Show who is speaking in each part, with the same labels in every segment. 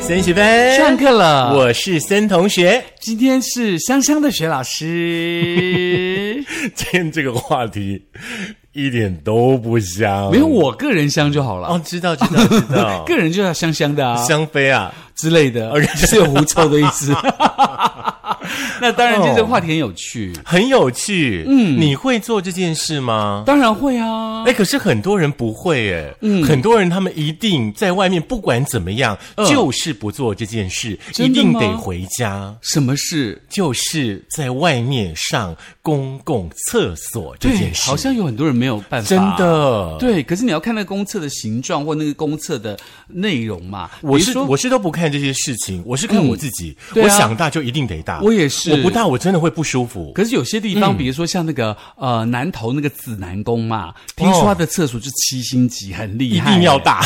Speaker 1: 森学分
Speaker 2: 上课了，
Speaker 1: 我是森同学。
Speaker 2: 哎今天是香香的学老师，
Speaker 1: 今天这个话题一点都不香，
Speaker 2: 没有我个人香就好了。
Speaker 1: 哦，知道知道知道，
Speaker 2: 个人就要香哦香的 啊，
Speaker 1: 香妃啊，
Speaker 2: 之类的，
Speaker 1: 而且
Speaker 2: 是有狐臭的意思。 那当然，就这个话题很有趣，
Speaker 1: 很有趣。嗯，你会做这件事吗？
Speaker 2: 当然会啊。
Speaker 1: 哎，可是很多人不会哎，
Speaker 2: 嗯
Speaker 1: 很多人他们一定在外面，不管怎么样，就是不做这件事，一
Speaker 2: 嗯真的
Speaker 1: 定
Speaker 2: 吗
Speaker 1: 得回家，
Speaker 2: 什么事？
Speaker 1: 就是在外面上公共厕所这
Speaker 2: 对
Speaker 1: 件，事，
Speaker 2: 好像有很多人没有办法，
Speaker 1: 真。的。
Speaker 2: 对，可是你要看那个公厕的形状或那个公厕的内容嘛。
Speaker 1: 我
Speaker 2: 比如
Speaker 1: 是
Speaker 2: 说
Speaker 1: 我是都不看这些事情，我是看我自己。
Speaker 2: 对啊
Speaker 1: 我想大就一定得大，
Speaker 2: 我也是
Speaker 1: 我不大我真的会不舒服。
Speaker 2: 可是有些地
Speaker 1: 嗯
Speaker 2: 方，比如说像那个呃南投那个紫南宫嘛，听说他的厕所就七星级，很厉
Speaker 1: 哦一
Speaker 2: 害，欸
Speaker 1: 定要大，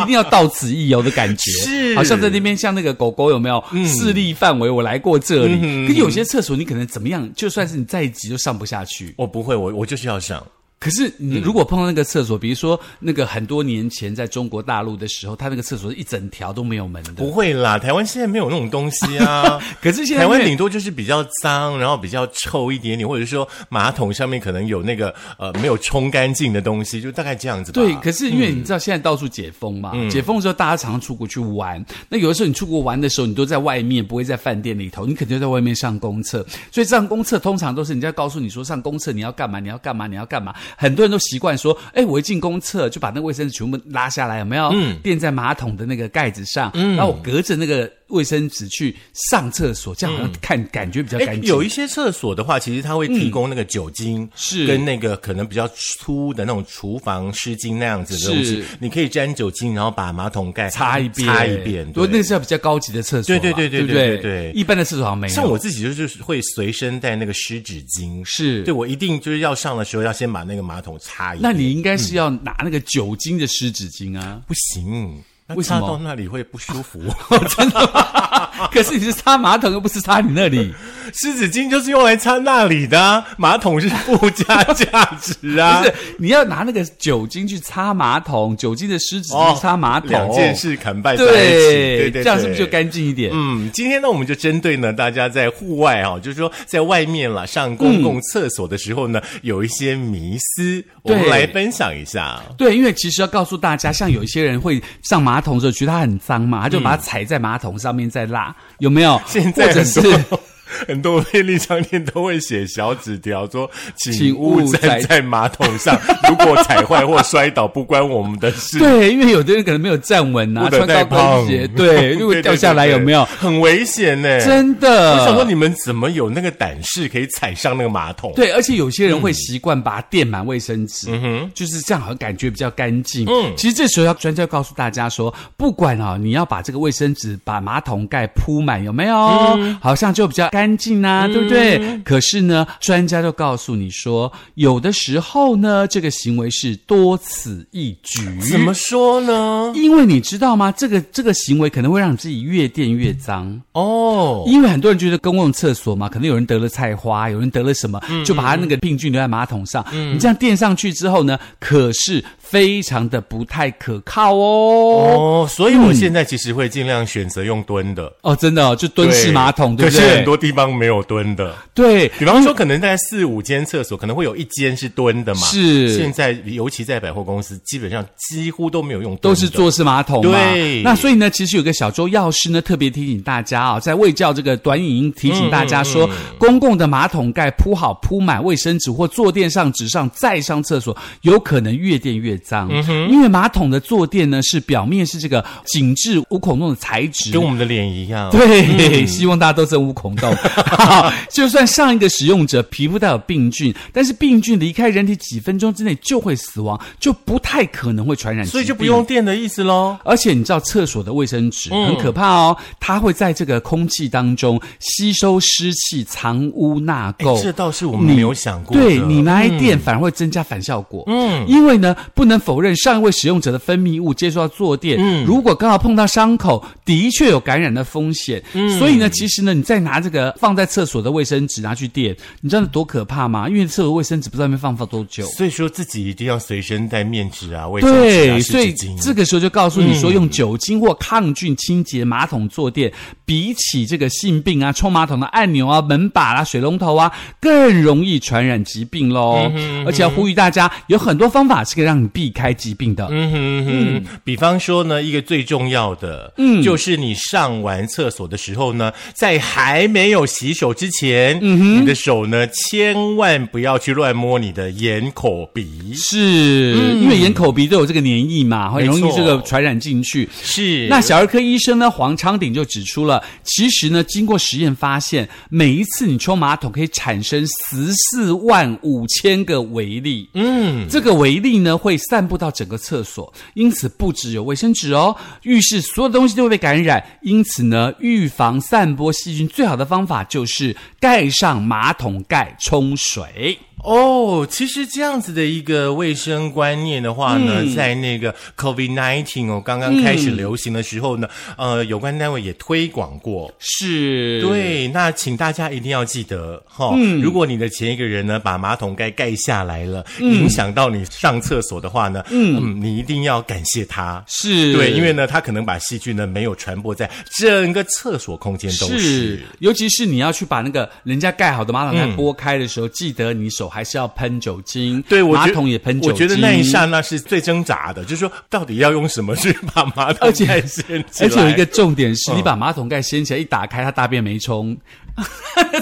Speaker 2: 一定要到此一游的感觉，
Speaker 1: 是嗯
Speaker 2: 好像在那边像那个狗狗有没有、视力范围？我来过这里，可有些厕所你可能怎么样，就算是你再急都上不下去。
Speaker 1: 我不会，我我就是要上。
Speaker 2: 可是你如果碰到那个厕所，比如说那个很多年前在中国大陆的时候，它那个厕所是一整条都没有门的
Speaker 1: 不。会啦，台湾现在没有那种东西啊。
Speaker 2: 可是 现在
Speaker 1: 哦台湾
Speaker 2: 因为
Speaker 1: 顶多就是比较脏，然后比较臭一点点，或者说马桶上面可能有那个呃没有冲干净的东西，就大概这样子吧。
Speaker 2: 对，可是因为你知道现在到处解封嘛，
Speaker 1: 嗯
Speaker 2: 解封的时候大家常常出国去玩。那有的时候你出国玩的时候，你都在外面，不会在饭店里头，你肯定在外面上公厕。所以上公厕通常都是人家告诉你说上公厕你要干嘛，你要干嘛，你要干嘛。很多人都习惯说，哎，我一进公厕就把那个卫生纸全部拉下来，有没有？
Speaker 1: 嗯
Speaker 2: 垫在马桶的那个盖子上，然后我隔着那个卫生纸去上厕所，这样好像看、感觉比较
Speaker 1: 哎
Speaker 2: 干，净。
Speaker 1: 有一些厕所的话，其实它会提供那个酒精，
Speaker 2: 是
Speaker 1: 跟那个可能比较粗的那种厨房湿巾那样子的东西
Speaker 2: 是，
Speaker 1: 你可以沾酒精，然后把马桶盖
Speaker 2: 擦一遍，
Speaker 1: 擦一遍。
Speaker 2: 对，那
Speaker 1: 对，
Speaker 2: 是要比较高级的厕所嘛，啊
Speaker 1: 对对对
Speaker 2: 对不
Speaker 1: 对对对
Speaker 2: 一般的厕所好像没有。
Speaker 1: 像我自己就是会随身带那个湿纸巾，
Speaker 2: 是
Speaker 1: 对我一定就是要上的时候要先把那个马桶擦一遍。，
Speaker 2: 那你应该是要拿那个酒精的湿纸巾啊
Speaker 1: 不行，那
Speaker 2: 为什么
Speaker 1: 擦到那里会不舒服。
Speaker 2: 真的
Speaker 1: 嗯
Speaker 2: 吗？ 可是你是擦马桶，又不是擦你那里，
Speaker 1: 湿纸巾就是用来擦那里的啊、马桶是附加价值
Speaker 2: 不
Speaker 1: 啊。
Speaker 2: 是你要拿那个酒精去擦马桶，酒精的湿纸巾去擦马
Speaker 1: 哦
Speaker 2: 桶，
Speaker 1: 两件事砍败在一起，对对
Speaker 2: 对，
Speaker 1: 对，
Speaker 2: 这样是不是就干净一点？
Speaker 1: 嗯，今天呢，我们就针对呢大家在户外啊、就是说在外面啦，上公共厕所的时候呢，有一些迷思，我们
Speaker 2: 对
Speaker 1: 来分享一 下。
Speaker 2: 对，因为其实要告诉大家，像有一些人会上马桶的时候觉得它很脏嘛，他就把它踩在马桶上面再拉，有没有？
Speaker 1: 嗯现在
Speaker 2: 或者
Speaker 1: 很
Speaker 2: 是
Speaker 1: 多 很多便利商店都会写小纸条说，请
Speaker 2: 请
Speaker 1: 勿
Speaker 2: 勿
Speaker 1: 站
Speaker 2: 踩
Speaker 1: 在马桶 上，如果踩坏或摔倒，不关我们的事。
Speaker 2: 对，因为有的人可能没有站稳
Speaker 1: 不
Speaker 2: 啊，
Speaker 1: 得
Speaker 2: 穿
Speaker 1: 太
Speaker 2: 高
Speaker 1: 胖
Speaker 2: 跟鞋，对，如果掉下来
Speaker 1: 对
Speaker 2: 有没有？
Speaker 1: 很危险呢、
Speaker 2: 真的，
Speaker 1: 我想说，你们怎么有那个胆识可以踩上那个马桶？
Speaker 2: 对，而且有些人
Speaker 1: 嗯
Speaker 2: 会习惯把它垫满卫生纸，就是这样，好像感觉比较干净。
Speaker 1: 嗯
Speaker 2: 其实这时候要专家告诉大家说，不管啊、你要把这个卫生纸把马桶盖铺满，有没有？
Speaker 1: 嗯
Speaker 2: 好像就比较干净啊，对不对？可是呢，专家就告诉你说，有的时候呢，这个行为是多此一举。
Speaker 1: 怎么说呢？
Speaker 2: 因为你知道吗？这个这个行为可能会让你自己越垫越脏。
Speaker 1: 哦，
Speaker 2: 因为很多人觉得公共厕所嘛，可能有人得了菜花，
Speaker 1: 嗯
Speaker 2: 有人得了什么，就把他那个病菌留在马桶上。你这样垫上去之后呢，可是非常的不太可靠哦。
Speaker 1: 哦，所以我现在其实会尽量选择用蹲的。
Speaker 2: 哦，真的、哦，就蹲式马桶，对
Speaker 1: 可
Speaker 2: 不
Speaker 1: 是很
Speaker 2: 对？
Speaker 1: 多地方没有蹲 的，
Speaker 2: 对，
Speaker 1: 比方说可能大概四五间厕所，可能会有一间是蹲的嘛。
Speaker 2: 是
Speaker 1: 现在尤其在百货公司，基本上几乎都没有用蹲
Speaker 2: 都
Speaker 1: 的
Speaker 2: 是坐式马桶嘛。
Speaker 1: 对
Speaker 2: 那所以呢，其实有个小周药师呢，特别提醒大家啊、在卫教这个短影音提醒大家
Speaker 1: 嗯
Speaker 2: 说，公共的马桶盖铺好铺满卫生纸或坐垫上、纸上，再上厕所，有可能越垫越脏。
Speaker 1: 嗯
Speaker 2: 因为马桶的坐垫呢，是表面是这个紧致无孔洞的材质，
Speaker 1: 跟我们的脸一样。
Speaker 2: 对，希望大家都真无孔洞。好就算上一个使用者皮肤带有病菌，但是病菌离开人体几分钟之内就会死亡，就不太可能会传染疾病。
Speaker 1: 所以就不用垫的意思喽。
Speaker 2: 而且你知道厕所的卫生纸
Speaker 1: 嗯
Speaker 2: 很可怕哦，它会在这个空气当中吸收湿气，藏污纳
Speaker 1: 哎
Speaker 2: 垢。
Speaker 1: 这倒是我们没有想过的。
Speaker 2: 对你拿来垫，反而会增加反效果。
Speaker 1: 嗯
Speaker 2: 嗯，因为呢，不能否认上一位使用者的分泌物接触到坐垫，
Speaker 1: 嗯
Speaker 2: 如果刚好碰到伤口，的确有感染的风险。
Speaker 1: 嗯
Speaker 2: 所以呢，其实呢，你再拿这个放在厕所的卫生纸拿去垫，你知道多可怕吗？因为厕所卫生纸不知道那边放放多久。
Speaker 1: 所以说自己一定要随身带面纸啊、卫生纸啊、
Speaker 2: 对，
Speaker 1: 湿
Speaker 2: 所以
Speaker 1: 纸巾。
Speaker 2: 这个时候就告诉你说，
Speaker 1: 嗯
Speaker 2: 用酒精或抗菌清洁马桶坐垫，比起这个性病啊、冲马桶的按钮啊、门把啊、水龙头啊，更容易传染疾病喽。
Speaker 1: 嗯
Speaker 2: 而且要呼吁大家，有很多方法是可以让你避开疾病的。
Speaker 1: 嗯哼哼，比方说呢，一个最重要的，嗯，就是你上完厕所的时候呢，在还没有洗手之前，嗯哼，你的手呢，千万不要去乱摸你的眼、口、鼻，
Speaker 2: 是、因为眼、口、鼻都有这个黏液嘛，很容
Speaker 1: 没
Speaker 2: 易
Speaker 1: 错
Speaker 2: 这个传染进去。
Speaker 1: 是
Speaker 2: 那小儿科医生呢，黄昌鼎就指出了，其实呢，经过实验发现，每一次你冲马桶可以产生十四万五千个微粒。嗯，这个微粒呢会散布到整个厕所，因此不只有卫生纸哦，浴室所有东西都会被感染。因此呢，预防散播细菌最好的方法就是盖上马桶盖冲水。
Speaker 1: 哦，其实这样子的一个卫生观念的话呢，在那个 COVID nineteen 哦刚刚开始流行的时候呢，呃，有关单位也推广过。
Speaker 2: 是，。
Speaker 1: 对，那请大家一定要记得哈、
Speaker 2: 嗯
Speaker 1: 如果你的前一个人呢把马桶盖盖下来了，
Speaker 2: 嗯
Speaker 1: 影响到你上厕所的话呢，嗯，你一定要感谢他。
Speaker 2: 是
Speaker 1: 对，因为呢，他可能把细菌呢没有传播在整个厕所空间都是
Speaker 2: 尤其是你要去把那个人家盖好的马
Speaker 1: 嗯
Speaker 2: 桶盖拨开的时候，记得你手还是要喷酒精，
Speaker 1: 对，我觉
Speaker 2: 马
Speaker 1: 得
Speaker 2: 桶也喷酒
Speaker 1: 我
Speaker 2: 精。
Speaker 1: 觉得那一刹那是最挣扎的，就是说到底要用什么去把马桶
Speaker 2: 而且
Speaker 1: 盖掀起来？
Speaker 2: 而且有一个重点是，
Speaker 1: 嗯
Speaker 2: 你把马桶盖掀起来，一打开，它大便没冲，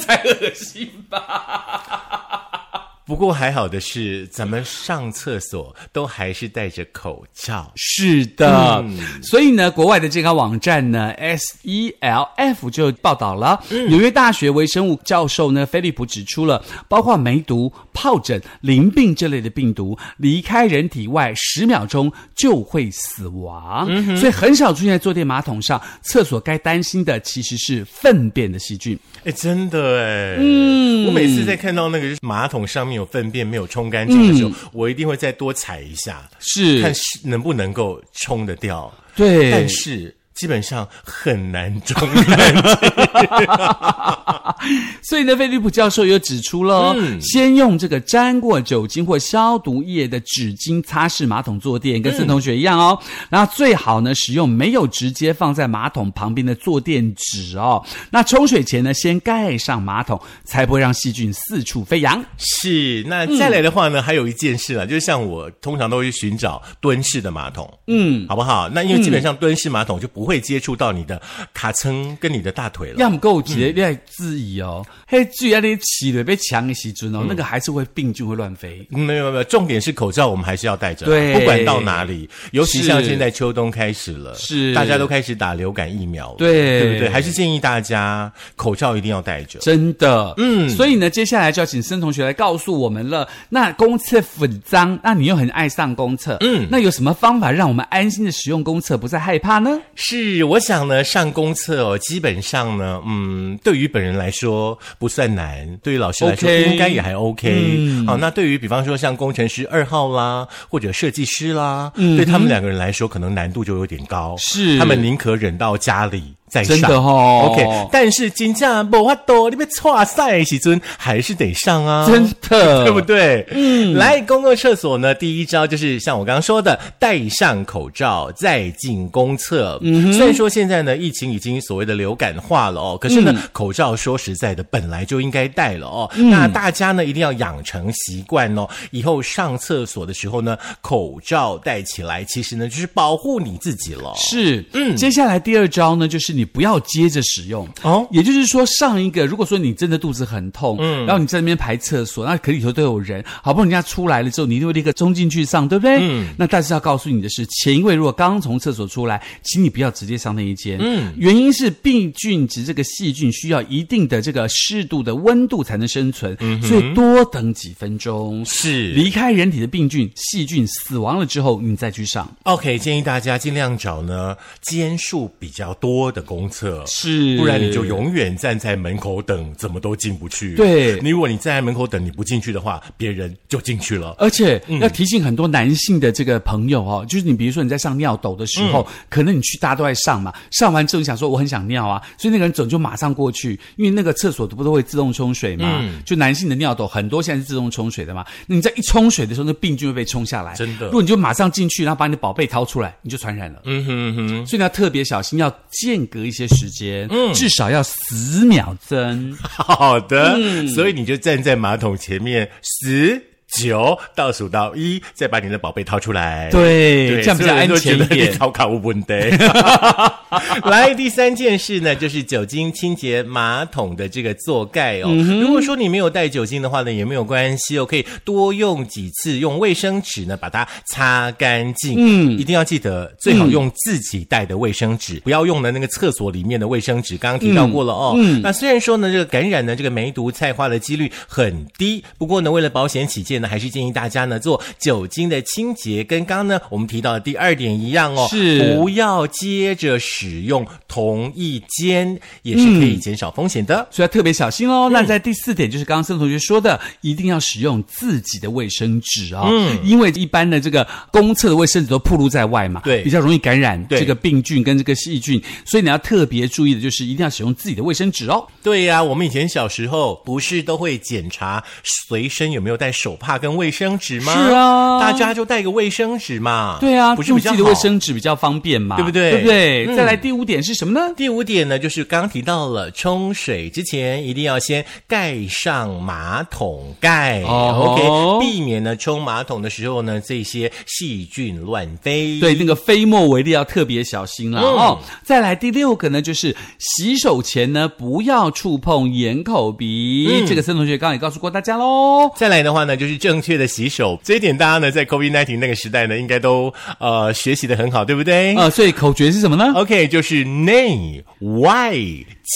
Speaker 2: 才恶心
Speaker 1: 不过还好的是，咱们上厕所都还是戴着口罩。
Speaker 2: 是的，
Speaker 1: 嗯
Speaker 2: 所以呢，国外的健康网站呢，S E L F 就报道了，
Speaker 1: 嗯
Speaker 2: 纽约大学微生物教授呢，菲利普指出了，包括梅毒、疱疹、淋病这类的病毒，离开人体外十秒钟就会死亡，
Speaker 1: 嗯
Speaker 2: 所以很少出现在坐垫马桶上。厕所该担心的其实是粪便的细菌。
Speaker 1: 哎，真的哎，嗯，我每次在看到那个就是马桶上面有粪便没有冲干净的时候，我一定会再多踩一下，看
Speaker 2: 是，
Speaker 1: 嗯是能不能够冲得掉。
Speaker 2: 对，
Speaker 1: 但是基本上很难冲干净。
Speaker 2: 所以呢，菲利普教授也指出了哦、先用这个沾过酒精或消毒液的纸巾擦拭马桶坐垫，跟孙同学一样哦。然后最好呢，使用没有直接放在马桶旁边的坐垫纸哦。那冲水前呢，先盖上马桶，才不会让细菌四处飞扬。
Speaker 1: 是，那再来的话呢，还有一件事啦，就是像我通常都会寻找蹲式的马桶，嗯，好不好？那因为基本上蹲式马桶就不会接触到你的卡层跟你的大腿了。
Speaker 2: 要么够节略质疑哦，嘿，居然你起了被强的细菌哦，那个还是会病菌会乱飞。
Speaker 1: 嗯没有没有，重点是口罩，我们还是要戴着啦，
Speaker 2: 对
Speaker 1: 不管到哪里，尤其
Speaker 2: 是
Speaker 1: 像现在秋冬开始了，
Speaker 2: 是
Speaker 1: 大家都开始打流感疫苗了，
Speaker 2: 对
Speaker 1: 对不对？还是建议大家口罩一定要戴着。
Speaker 2: 真的，嗯，所以呢，接下来就要请孙同学来告诉我们了。那公厕很脏，那你又很爱上公厕，嗯，那有什么方法让我们安心的使用公厕，不再害怕呢？
Speaker 1: 是，我想呢，上公厕哦，基本上呢，嗯，对于本人来说不算难，对于老师来说
Speaker 2: OK 嗯
Speaker 1: 应该也还 OK。好，那对于比方说像工程师二号啦，或者设计师啦，对他们两个人来说，可能难度就有点高。
Speaker 2: 嗯是
Speaker 1: 他们宁可忍到家里再上。
Speaker 2: 真的哦
Speaker 1: OK，但是金价无法多，你被错赛时尊还是得上啊。
Speaker 2: 真 的，
Speaker 1: 对不对？嗯，来公共厕所呢，第一招就是像我刚刚说的，戴上口罩再进公厕。嗯，虽然说现在呢，疫情已经所谓的流感化了哦，可是呢，口罩说实在的，本来就应该戴了哦。那大家呢，一定要养成习惯哦，以后上厕所的时候呢，口罩戴起来，其实呢，就是保护你自己了。
Speaker 2: 是，嗯，接下来第二招呢，就是你不要接着使用
Speaker 1: 哦
Speaker 2: 也就是说，上一个，如果说你真的肚子很痛，嗯，然后你在那边排厕所，那可里头都有人，好不容易人家出来了之后，你就立刻冲进去上，对不对？嗯，那但是要告诉你的是，前一位如果刚从厕所出来，请你不要直接上那一间，嗯，原因是病菌及这个细菌需要一定的这个适度的温度才能生存，嗯、所以多等几分钟。
Speaker 1: 是
Speaker 2: 离开人体的病菌、细菌死亡了之后，你再去上。
Speaker 1: OK，建议大家尽量找呢间数比较多的公厕，
Speaker 2: 是
Speaker 1: 不然你就永远站在门口等，怎么都进不去。
Speaker 2: 对
Speaker 1: 你如果你站在门口等，你不进去的话，别人就进去了。
Speaker 2: 而且
Speaker 1: 嗯
Speaker 2: 要提醒很多男性的这个朋友哦，就是你比如说你在上尿斗的时候，
Speaker 1: 嗯
Speaker 2: 可能你去大家都在上嘛，上完之后你想说我很想尿啊，所以那个人总就马上过去，因为那个厕所不都会自动冲水嘛，
Speaker 1: 嗯
Speaker 2: 就男性的尿斗很多现在是自动冲水的嘛，那你在一冲水的时候，那病菌会被冲下来，
Speaker 1: 真的
Speaker 2: 如果你就马上进去，然后把你的宝贝掏出来，你就传染了。
Speaker 1: 嗯哼嗯哼，
Speaker 2: 所以你要特别小心，要间隔一些时间，嗯，至少要十秒针。
Speaker 1: 好的，
Speaker 2: 嗯
Speaker 1: 所以你就站在马桶前面十。九倒数到一，再把你的宝贝掏出来。
Speaker 2: 对这样比较安全一 点
Speaker 1: 超卡无问题。 来，第三件事呢，就是酒精清洁马桶的这个座盖哦。如果说你没有带酒精的话呢，也没有关系哦，可以多用几次，用卫生纸呢把它擦干净。嗯，一定要记得，最好用自己带的卫生纸，不要用的那个厕所里面的卫生纸。刚刚提到过了哦。那虽然说呢，这个感染呢，这个梅毒菜花的几率很低，不过呢，为了保险起见呢，还是建议大家呢做酒精的清洁，跟刚刚呢我们提到的第二点一样哦，
Speaker 2: 是
Speaker 1: 不要接着使用同一间，也是可以
Speaker 2: 嗯
Speaker 1: 减少风险的。
Speaker 2: 所以要特别小心
Speaker 1: 嗯
Speaker 2: 哦。那在第四点，就是刚刚森同学说的，一定要使用自己的卫生纸啊、
Speaker 1: 嗯
Speaker 2: 因为一般的这个公厕的卫生纸都暴露在外嘛，
Speaker 1: 对
Speaker 2: 比较容易感染
Speaker 1: 对
Speaker 2: 这个病菌跟这个细菌，所以你要特别注意的就是一定要使用自己的卫生纸哦。
Speaker 1: 对呀、我们以前小时候不是都会检查随身有没有带手帕跟卫生纸吗？
Speaker 2: 是啊
Speaker 1: 大家就带个卫生纸嘛。
Speaker 2: 对啊，
Speaker 1: 不是
Speaker 2: 用
Speaker 1: 比
Speaker 2: 自
Speaker 1: 较
Speaker 2: 己的卫
Speaker 1: 好
Speaker 2: 生纸比较方便嘛，
Speaker 1: 对不对
Speaker 2: 对不对？
Speaker 1: 嗯
Speaker 2: 再来第五点是什么呢？
Speaker 1: 第五点呢，就是刚刚提到了，冲水之前一定要先盖上马桶盖、
Speaker 2: 哦
Speaker 1: o k 避免呢冲马桶的时候呢这些细菌乱飞。
Speaker 2: 对，那个飞沫为例要特别小心啦、
Speaker 1: 嗯
Speaker 2: 哦。再来第六个呢，就是洗手前呢不要触碰眼、口、鼻，
Speaker 1: 嗯
Speaker 2: 这个森同学刚刚也告诉过大家喽。
Speaker 1: 再来的话呢，就是正确的洗手，这一点大家呢在 COVID 1 9那个时代呢，应该都呃学习的很好，对不对？
Speaker 2: 呃，所以口诀是什么呢？
Speaker 1: OK，就是内外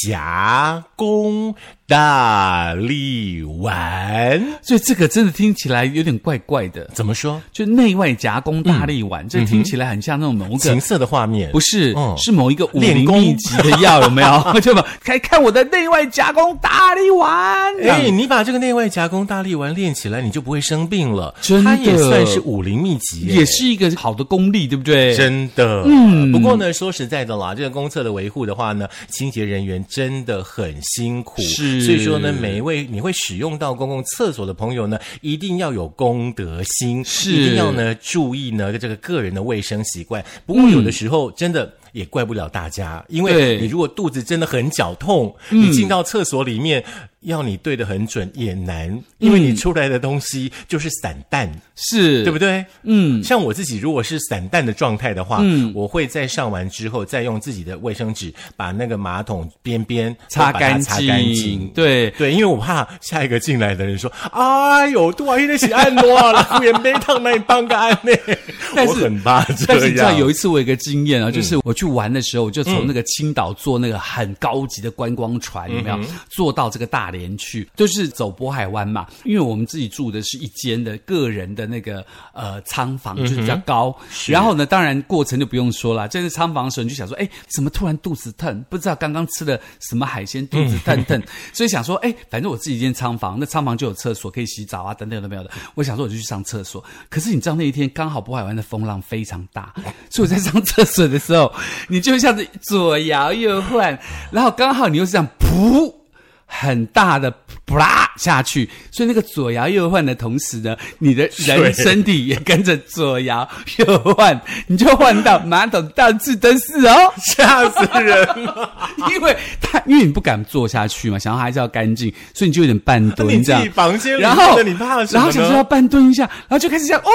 Speaker 1: 夹攻大力丸，
Speaker 2: 所以这个真的听起来有点怪怪的，
Speaker 1: 怎么说？
Speaker 2: 就内外夹攻大力丸，这听起来很像那种某个
Speaker 1: 嗯情。色的画面
Speaker 2: 不是，
Speaker 1: 嗯
Speaker 2: 是某一个武
Speaker 1: 练
Speaker 2: 林
Speaker 1: 功
Speaker 2: 秘籍的药，有没有？ 就吧？看看我的内外夹攻大力丸。这样
Speaker 1: 哎，你把这个内外夹攻大力丸练起来，你就不会生病了。
Speaker 2: 真的
Speaker 1: 它也算是武林秘籍耶，
Speaker 2: 也是一个好的功力，对不对？
Speaker 1: 真的。嗯，不过呢，说实在的啦，这个公厕的维护的话呢，清洁人员真的很辛苦。
Speaker 2: 是
Speaker 1: 所以说呢，每一位你会使用到公共厕所的朋友呢，一定要有公德心，
Speaker 2: 是嗯
Speaker 1: 一定要呢注意呢这个个人的卫生习惯。不过有的时候真的。也怪不了大家，因为
Speaker 2: 对嗯
Speaker 1: 你如果肚子真的很绞痛，你进到厕所里面，要你对的很准也难，因为你出来的东西就是散弹。
Speaker 2: 是，
Speaker 1: 对不
Speaker 2: 嗯对？
Speaker 1: 对？嗯，像我自己如果是散弹的状态的话，嗯，我会在上完之后再用自己的卫生纸把那个马桶边边
Speaker 2: 擦
Speaker 1: 把它
Speaker 2: 干
Speaker 1: 擦
Speaker 2: 净，
Speaker 1: 干净。
Speaker 2: 对。
Speaker 1: 对，因为我怕下一个进来的人说：“哎呦，杜阿姨那洗按摩啊，然后也没烫那帮个按呢。”
Speaker 2: 但是
Speaker 1: 我很怕
Speaker 2: 但是
Speaker 1: 这
Speaker 2: 你知道
Speaker 1: 样。嗯
Speaker 2: 有一次我有一个经验啊，就是我去玩的时候，我就从那个青岛坐那个很高级的观光船，有没
Speaker 1: 嗯
Speaker 2: 有坐到这个大连去？就是走渤海湾嘛，因为我们自己住的是一间的个人的那个呃仓
Speaker 1: 嗯
Speaker 2: 房，就是比较高。然后呢，当然过程就不用说了，这是仓房的时候你就想说，哎，怎么突然肚子疼？不知道刚刚吃了什么海鲜，肚子 疼疼，所以想说，哎，反正我自己一间仓房，那仓房就有厕所可以洗澡啊，等等都没有的。我想说我就去上厕所，可是你知道那一天刚好渤海湾的风浪非常 大，所以我在上厕所的时候，你就像是左摇右晃，然后刚好你又是这样噗。很大的噗啦下去，所以那个左摇右晃的同时呢，你的
Speaker 1: 水
Speaker 2: 人身体也跟着左摇右晃，你就晃到马桶到处都是哦。
Speaker 1: 吓死人了！
Speaker 2: 因为他因为你不敢坐下去嘛，想要还是要干净，所以你就有点 半
Speaker 1: 你
Speaker 2: 蹲这
Speaker 1: 自己
Speaker 2: 样。
Speaker 1: 房间里
Speaker 2: 然后
Speaker 1: 面的你怕什
Speaker 2: 然
Speaker 1: 么
Speaker 2: 后想说要
Speaker 1: 呢？
Speaker 2: 半蹲一下，然后就开始这样哦，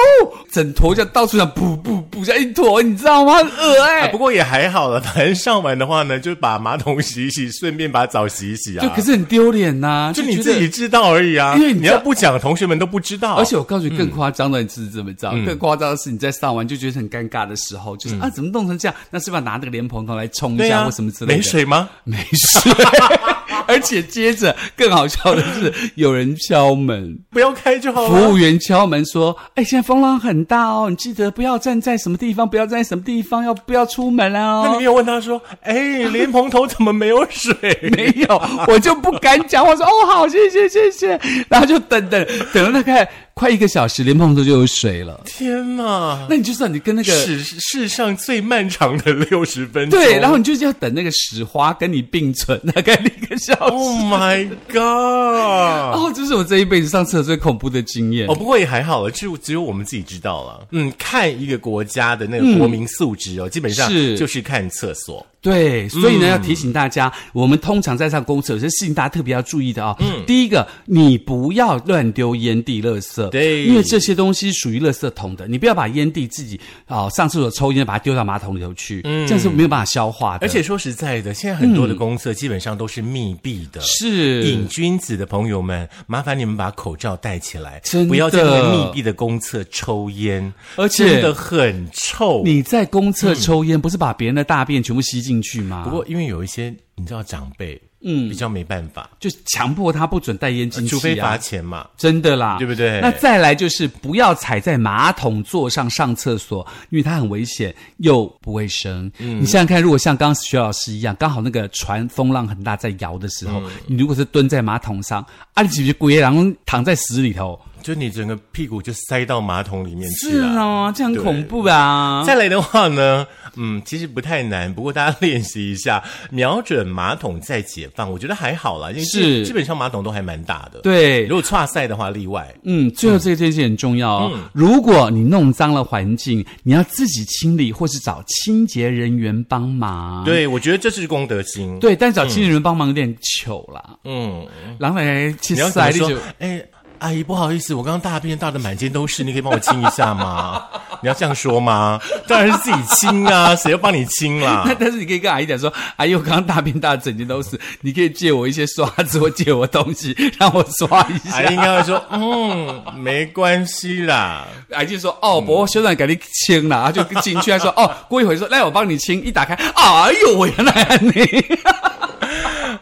Speaker 2: 整坨这样到处这样补补补这样一坨，你知道吗？很恶哎、
Speaker 1: 啊不过也还好了，反正上完的话呢，就把马桶洗一洗，顺便把澡洗一洗啊。
Speaker 2: 就可是很丢脸呐、
Speaker 1: 就
Speaker 2: 觉
Speaker 1: 你
Speaker 2: 得
Speaker 1: 自己。知道而已啊，
Speaker 2: 因为你
Speaker 1: 你
Speaker 2: 知道
Speaker 1: 要不讲，同学们都不知道。
Speaker 2: 而且我告
Speaker 1: 嗯
Speaker 2: 诉你，更夸张的是怎么着？更夸张的是，你在上完就觉得很尴尬的时候，就是、啊，怎么弄成这样？那是不是要拿那个莲蓬头来冲一
Speaker 1: 嗯对
Speaker 2: 下、
Speaker 1: 啊，
Speaker 2: 或什么之类的？
Speaker 1: 没水吗？
Speaker 2: 没事， 而且接着更好笑的是，有人敲门，
Speaker 1: 不要开就好了。
Speaker 2: 服务员敲门说：“哎，现在风浪很大哦，你记得不要站在什么地方，不要站在什么地方，要不要出门啊、
Speaker 1: 那你
Speaker 2: 哦
Speaker 1: 没有问他说，哎，莲蓬头怎么没有水？”
Speaker 2: 没有，我就不敢讲话，说：“哦，好，谢谢，谢谢。”然后就等等等了大概快一个小时，连碰头就有水了。
Speaker 1: 天哪！
Speaker 2: 那你就知道你跟那个
Speaker 1: 史世上最漫长的六十分钟。
Speaker 2: 对，然后你就是要等那个屎花跟你并存，大概一个小时。
Speaker 1: ，Oh my God！
Speaker 2: 哦，这是我这一辈子上厕所最恐怖的经验。
Speaker 1: 哦，不过也还好了，只有只有我们自己知道了。嗯，看一个国家的那个国民素质哦，基本上
Speaker 2: 嗯是
Speaker 1: 就是看厕所。
Speaker 2: 对，所以呢，要提醒大
Speaker 1: 嗯
Speaker 2: 家，我们通常在上公厕，有些事情大家特别要注意的啊、嗯，第一个，你不要乱丢烟蒂、垃圾，
Speaker 1: 对
Speaker 2: 因为这些东西属于垃圾桶的，你不要把烟蒂自己啊、上厕所抽烟，把它丢到马桶里头去，嗯，这样是没有办法消化的，
Speaker 1: 而且说实在的，现在很多
Speaker 2: 嗯
Speaker 1: 的公厕基本上都是密闭的。
Speaker 2: 是
Speaker 1: 瘾君子的朋友们，麻烦你们把口罩戴起来
Speaker 2: 真，的
Speaker 1: 不要在那个密闭的公厕抽烟，
Speaker 2: 而且
Speaker 1: 真的很臭。
Speaker 2: 你在公厕抽烟，不是把别人的大便全部吸进去吗？
Speaker 1: 嗯不过因为有一些你知道长辈，嗯，比较没办法，
Speaker 2: 就强迫他不准带烟进去、啊，
Speaker 1: 除非罚钱嘛。
Speaker 2: 真的啦，
Speaker 1: 对不对
Speaker 2: 那再来就是不要踩在马桶座上上厕所，因为它很危险又不卫生。
Speaker 1: 嗯
Speaker 2: 你想想看，如果像刚刚徐老师一样，刚好那个船风浪很大，在摇的时
Speaker 1: 嗯
Speaker 2: 候，你如果是蹲在马桶上，啊，你岂不是鬼然后躺在屎里头？
Speaker 1: 就你整个屁股就塞到马桶里面去
Speaker 2: 是
Speaker 1: 了。
Speaker 2: 啊，这样很恐怖啊！
Speaker 1: 再来的话呢，嗯，其实不太难，不过大家练习一下，瞄准马桶再解放，我觉得还好啦，因为基
Speaker 2: 是
Speaker 1: 基本上马桶都还蛮大的。，
Speaker 2: 对，
Speaker 1: 如果岔赛的话例外。
Speaker 2: 嗯，最后这件事很重要哦。
Speaker 1: 嗯
Speaker 2: 如果你弄脏了环境，你要自己清理，或是找清洁人员帮忙。
Speaker 1: 对，嗯我觉得这是功德心。，
Speaker 2: 啊对，但找清洁人员帮忙有点糗啦。
Speaker 1: 嗯，
Speaker 2: 然后来去
Speaker 1: 你要怎
Speaker 2: 塞
Speaker 1: 么
Speaker 2: 你
Speaker 1: 说
Speaker 2: 就？
Speaker 1: 哎，阿姨，不好意思，我刚刚大便大的满街都是，你可以帮我清一下吗？你要这样说吗？当然是自己清啊，谁要帮你清啦？
Speaker 2: 但但是你可以跟阿姨讲说，阿姨，我刚刚大便大得整间都是，你可以借我一些刷子或借我东西让我刷一
Speaker 1: 阿姨
Speaker 2: 下。
Speaker 1: 应该会说，嗯，没关系啦。
Speaker 2: 阿姨就说，哦，不过修长给你清了，然后就进去，他说，哦，过一会儿说，来我帮你清，一打开，哎呦，我原来 你。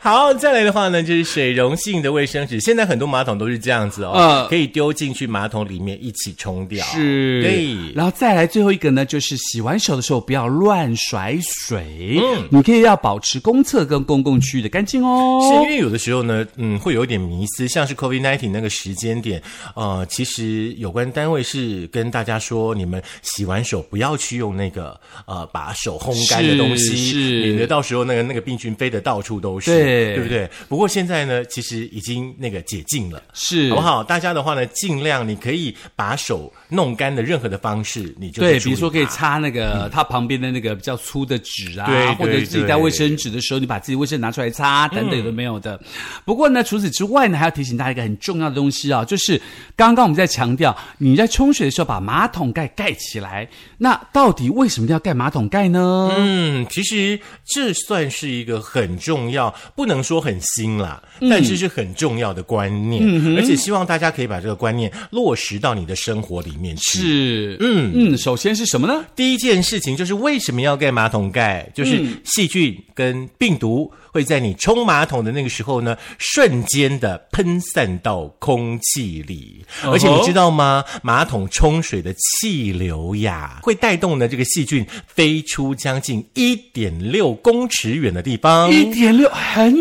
Speaker 1: 好，再来的话呢，就是水溶性的卫生纸，现在很多马桶都是这样子哦，
Speaker 2: 嗯
Speaker 1: 可以丢进去马桶里面一起冲掉。
Speaker 2: 是，
Speaker 1: 对。
Speaker 2: 然后再来最后一个呢，就是洗完手的时候不要乱甩水，
Speaker 1: 嗯
Speaker 2: 你可以要保持公厕跟公共区域的干净哦。
Speaker 1: 是因为有的时候呢，嗯，会有一点迷思，像是 COVID 1 9那个时间点，呃，其实有关单位是跟大家说，你们洗完手不要去用那个呃把手烘干的东西，
Speaker 2: 是是
Speaker 1: 免得到时候那个那个病菌飞得到处都是，
Speaker 2: 对
Speaker 1: 对不对？不过现在呢，其实已经那个解禁了，
Speaker 2: 是
Speaker 1: 好不好？大家的话呢，尽量你可以把手弄干的任何的方式，你就
Speaker 2: 对，
Speaker 1: 去处
Speaker 2: 比
Speaker 1: 理
Speaker 2: 如说可以
Speaker 1: 它嗯
Speaker 2: 擦那个它旁边的那个比较粗的纸啊，
Speaker 1: 对
Speaker 2: 或者
Speaker 1: 对
Speaker 2: 是自己
Speaker 1: 对
Speaker 2: 带卫生纸的时候，你把自己卫生纸拿出来擦，等等有的没有的。不过呢，除此之外呢，还要提醒大家一个很重要的东西啊，就是刚刚我们在强调你在冲水的时候把马桶盖盖起来，那到底为什么要盖马桶盖呢？
Speaker 1: 嗯，其实这算是一个很重要，不能说很新啦，但是是很重要的观念，而且希望大家可以把这个观念落实到你的生活里面去。
Speaker 2: 是，嗯嗯，首先是什么呢？
Speaker 1: 第一件事情就是为什么要盖马桶盖？就是
Speaker 2: 嗯
Speaker 1: 细菌跟病毒会在你冲马桶的那个时候呢，瞬间的喷散到空气里。
Speaker 2: 哦吼
Speaker 1: 而且你知道吗？马桶冲水的气流呀，会带动呢这个细菌飞出将近一点六公尺远的地方。
Speaker 2: 一点六很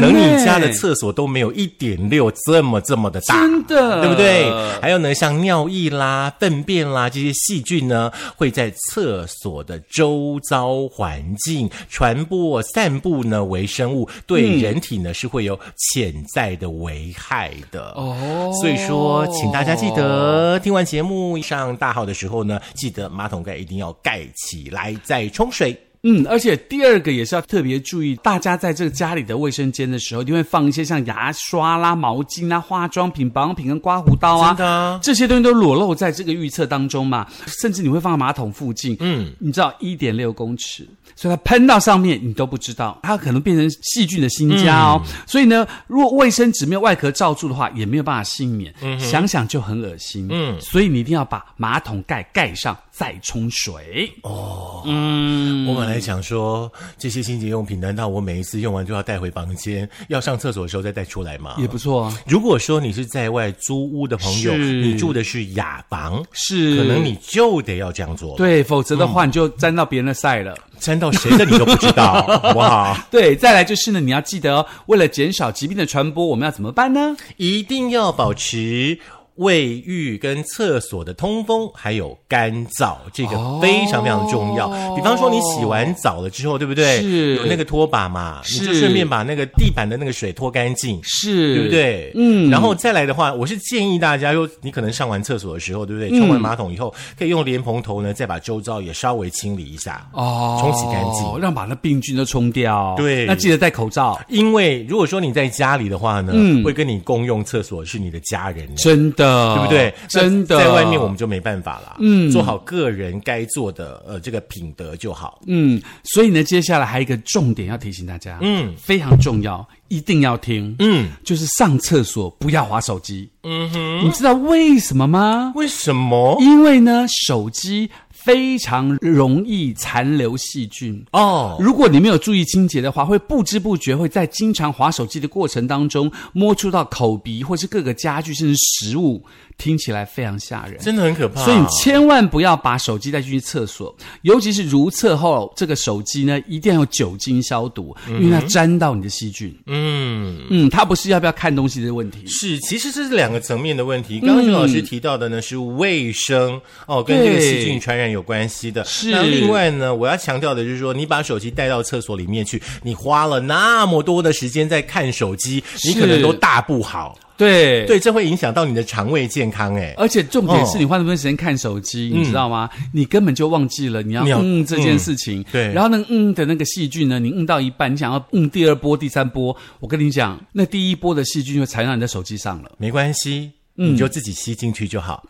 Speaker 1: 嗯可
Speaker 2: 呢，
Speaker 1: 能你家的厕所都没有一点六这么这么的大，
Speaker 2: 真的
Speaker 1: 对不对？
Speaker 2: 呃
Speaker 1: 还有呢，像尿液啦、粪便啦这些细菌呢，会在厕所的周遭环境传播、散布呢微生物，对人体呢、是会有潜在的危害的。
Speaker 2: 哦
Speaker 1: 所以说，请大家记得听完节目上大号的时候呢，记得马桶盖一定要盖起来再冲水。
Speaker 2: 嗯，而且第二个也是要特别注意，大家在这个家里的卫生间的时候，一定会放一些像牙刷啦、毛巾啦、化妆品、保养品跟刮胡刀啊，
Speaker 1: 真的嗯啊
Speaker 2: 这些东西都裸露在这个预测当中嘛，甚至你会放在马桶附近，嗯，你知道一点六公尺。所以它喷到上面，你都不知道，它可能变成细菌的新家哦。
Speaker 1: 嗯
Speaker 2: 所以呢，如果卫生纸没有外壳罩住的话，也
Speaker 1: 嗯
Speaker 2: 没有办法幸免。想想就很恶心。嗯，所以你一定要把马桶盖盖上，再冲水。
Speaker 1: 哦
Speaker 2: 嗯
Speaker 1: 我本来想说，这些清洁用品，难道我每一次用完就要带回房间，要上厕所的时候再带出来吗？
Speaker 2: 也不错啊，
Speaker 1: 如果说你是在外租屋的朋友，
Speaker 2: 是
Speaker 1: 你住的是雅房，
Speaker 2: 是
Speaker 1: 可能你就得要这样做，，
Speaker 2: 对，否则的话你就沾到别人的晒了。
Speaker 1: 沾到谁的你都不知 道，好不好？
Speaker 2: 对，再来就是呢，你要记得哦，为了减少疾病的传播，我们要怎么办呢？
Speaker 1: 一定要保持。卫浴跟厕所的通风，还有干燥，这个
Speaker 2: 哦
Speaker 1: 非常非常重要。比方说，你洗完澡了之后，对不对？
Speaker 2: 是
Speaker 1: 有那个拖把嘛，你就是顺便把那个地板的那个水拖干净。
Speaker 2: 是
Speaker 1: 对不？对？嗯，然后再来的话，我是建议大家，就你可能上完厕所的时候，对不对？
Speaker 2: 嗯
Speaker 1: 冲完马桶以后，可以用莲蓬头呢，再把周遭也稍微清理一下，
Speaker 2: 哦，
Speaker 1: 冲洗干净。
Speaker 2: 让把那病菌都冲掉。
Speaker 1: 对
Speaker 2: 那记得戴口罩。
Speaker 1: 因为如果说你在家里的话呢，会跟你共用厕所是你的家人呢。
Speaker 2: 嗯真的，
Speaker 1: 对不对？
Speaker 2: 真的，
Speaker 1: 那在外面我们就没办法啦。嗯，做好个人该做的呃这个品德就好。
Speaker 2: 嗯，所以呢，接下来还有一个重点要提醒大家，
Speaker 1: 嗯，
Speaker 2: 非常重要，一定要听，
Speaker 1: 嗯，
Speaker 2: 就是上厕所不要划手机。嗯哼，嗯你知道为什么吗？
Speaker 1: 为什么？
Speaker 2: 因为呢，手机非常容易残留细菌。
Speaker 1: 哦，
Speaker 2: 如果你没有注意清洁的话，会不知不觉会在经常划手机的过程当中摸触到口鼻或是各个家具甚至食物，听起来非常吓人。
Speaker 1: 真的很可怕。
Speaker 2: 所以你千万不要把手机带进去厕所，尤其是如厕后，这个手机呢一定要用酒精消毒，因为它沾到你的细菌。
Speaker 1: 嗯。
Speaker 2: 嗯，它不是要不要看东西的问题。
Speaker 1: 是，其实这是两个层面的问题。刚刚邱老
Speaker 2: 嗯
Speaker 1: 师提到的呢是卫生哦，跟这个细菌传染有关系的。
Speaker 2: 是
Speaker 1: 那另外呢，我要强调的就是说，你把手机带到厕所里面去，你花了那么多的时间在看手机，你可能
Speaker 2: 是
Speaker 1: 都大不好。
Speaker 2: 对
Speaker 1: 对，这会影响到你的肠胃健康。哎，
Speaker 2: 而且重点
Speaker 1: 哦
Speaker 2: 是你花那么多时间看手机，
Speaker 1: 嗯
Speaker 2: 你知道吗？你根本就忘记了你要
Speaker 1: 你要
Speaker 2: 嗯这件事情。
Speaker 1: 对，
Speaker 2: 然后呢嗯的那个细菌呢，你嗯到一半，你想要嗯第二波、第三波，我跟你讲，那第一波的细菌就缠到你的手机上了
Speaker 1: 没关系。
Speaker 2: 嗯
Speaker 1: 你就自己吸进去就 好，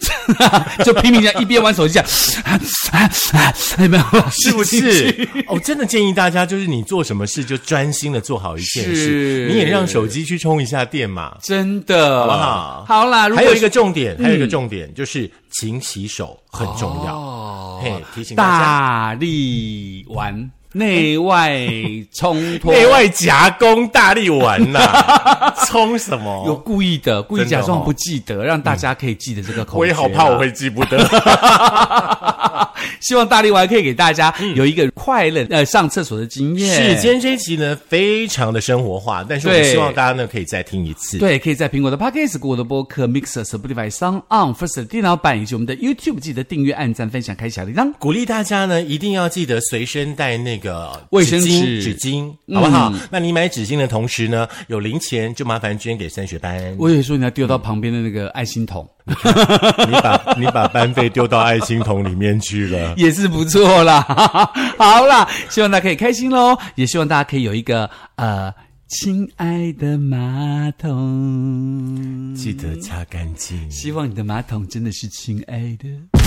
Speaker 2: 就拼命这样一边玩手机这样，有没有？
Speaker 1: 是不是？哦，真的建议大家，就是你做什么事就专心的做好一件事，
Speaker 2: 是
Speaker 1: 你也让手机去充一下电嘛。
Speaker 2: 真的，好
Speaker 1: 不好
Speaker 2: 好啦，如果
Speaker 1: 还有啊一个嗯重点，还有一个重点、就是勤洗手很重要。
Speaker 2: 哦
Speaker 1: 嘿，提醒大家。
Speaker 2: 大力丸内外冲脱，
Speaker 1: 内外夹攻大力丸呐、冲什 么？
Speaker 2: 有故意的，故意
Speaker 1: 真的
Speaker 2: 假装
Speaker 1: 哦
Speaker 2: 不记得，让大家可以记得这个口诀啊。
Speaker 1: 我也好怕我会记不得。
Speaker 2: 希望大力丸可以给大家
Speaker 1: 嗯
Speaker 2: 有一个快乐呃上厕所的经验。
Speaker 1: 是，今天这一集呢，非常的生活化，但是我们
Speaker 2: 对
Speaker 1: 希望大家呢可以再听一次。
Speaker 2: 对，可以在苹果的 Podcast、谷歌的播客、Mixer、Spotify、Sound On、First 的电脑版以及我们的 YouTube，记得订阅、按赞、分享、开小铃铛。
Speaker 1: 鼓励大家呢，一定要记得随身带那个
Speaker 2: 卫生
Speaker 1: 纸嗯巾
Speaker 2: 纸
Speaker 1: 纸巾好不好？那你买纸巾的同时呢，有零钱就麻烦捐给三学班。
Speaker 2: 我也说你要丢到旁边的那个爱心桶，
Speaker 1: 嗯你把你把班费丢到爱心桶里面去了。
Speaker 2: 也是不错啦。 好啦，希望大家可以开心喽，也希望大家可以有一个呃，亲爱的马桶，
Speaker 1: 记得擦干净。
Speaker 2: 希望你的马桶真的是亲爱的。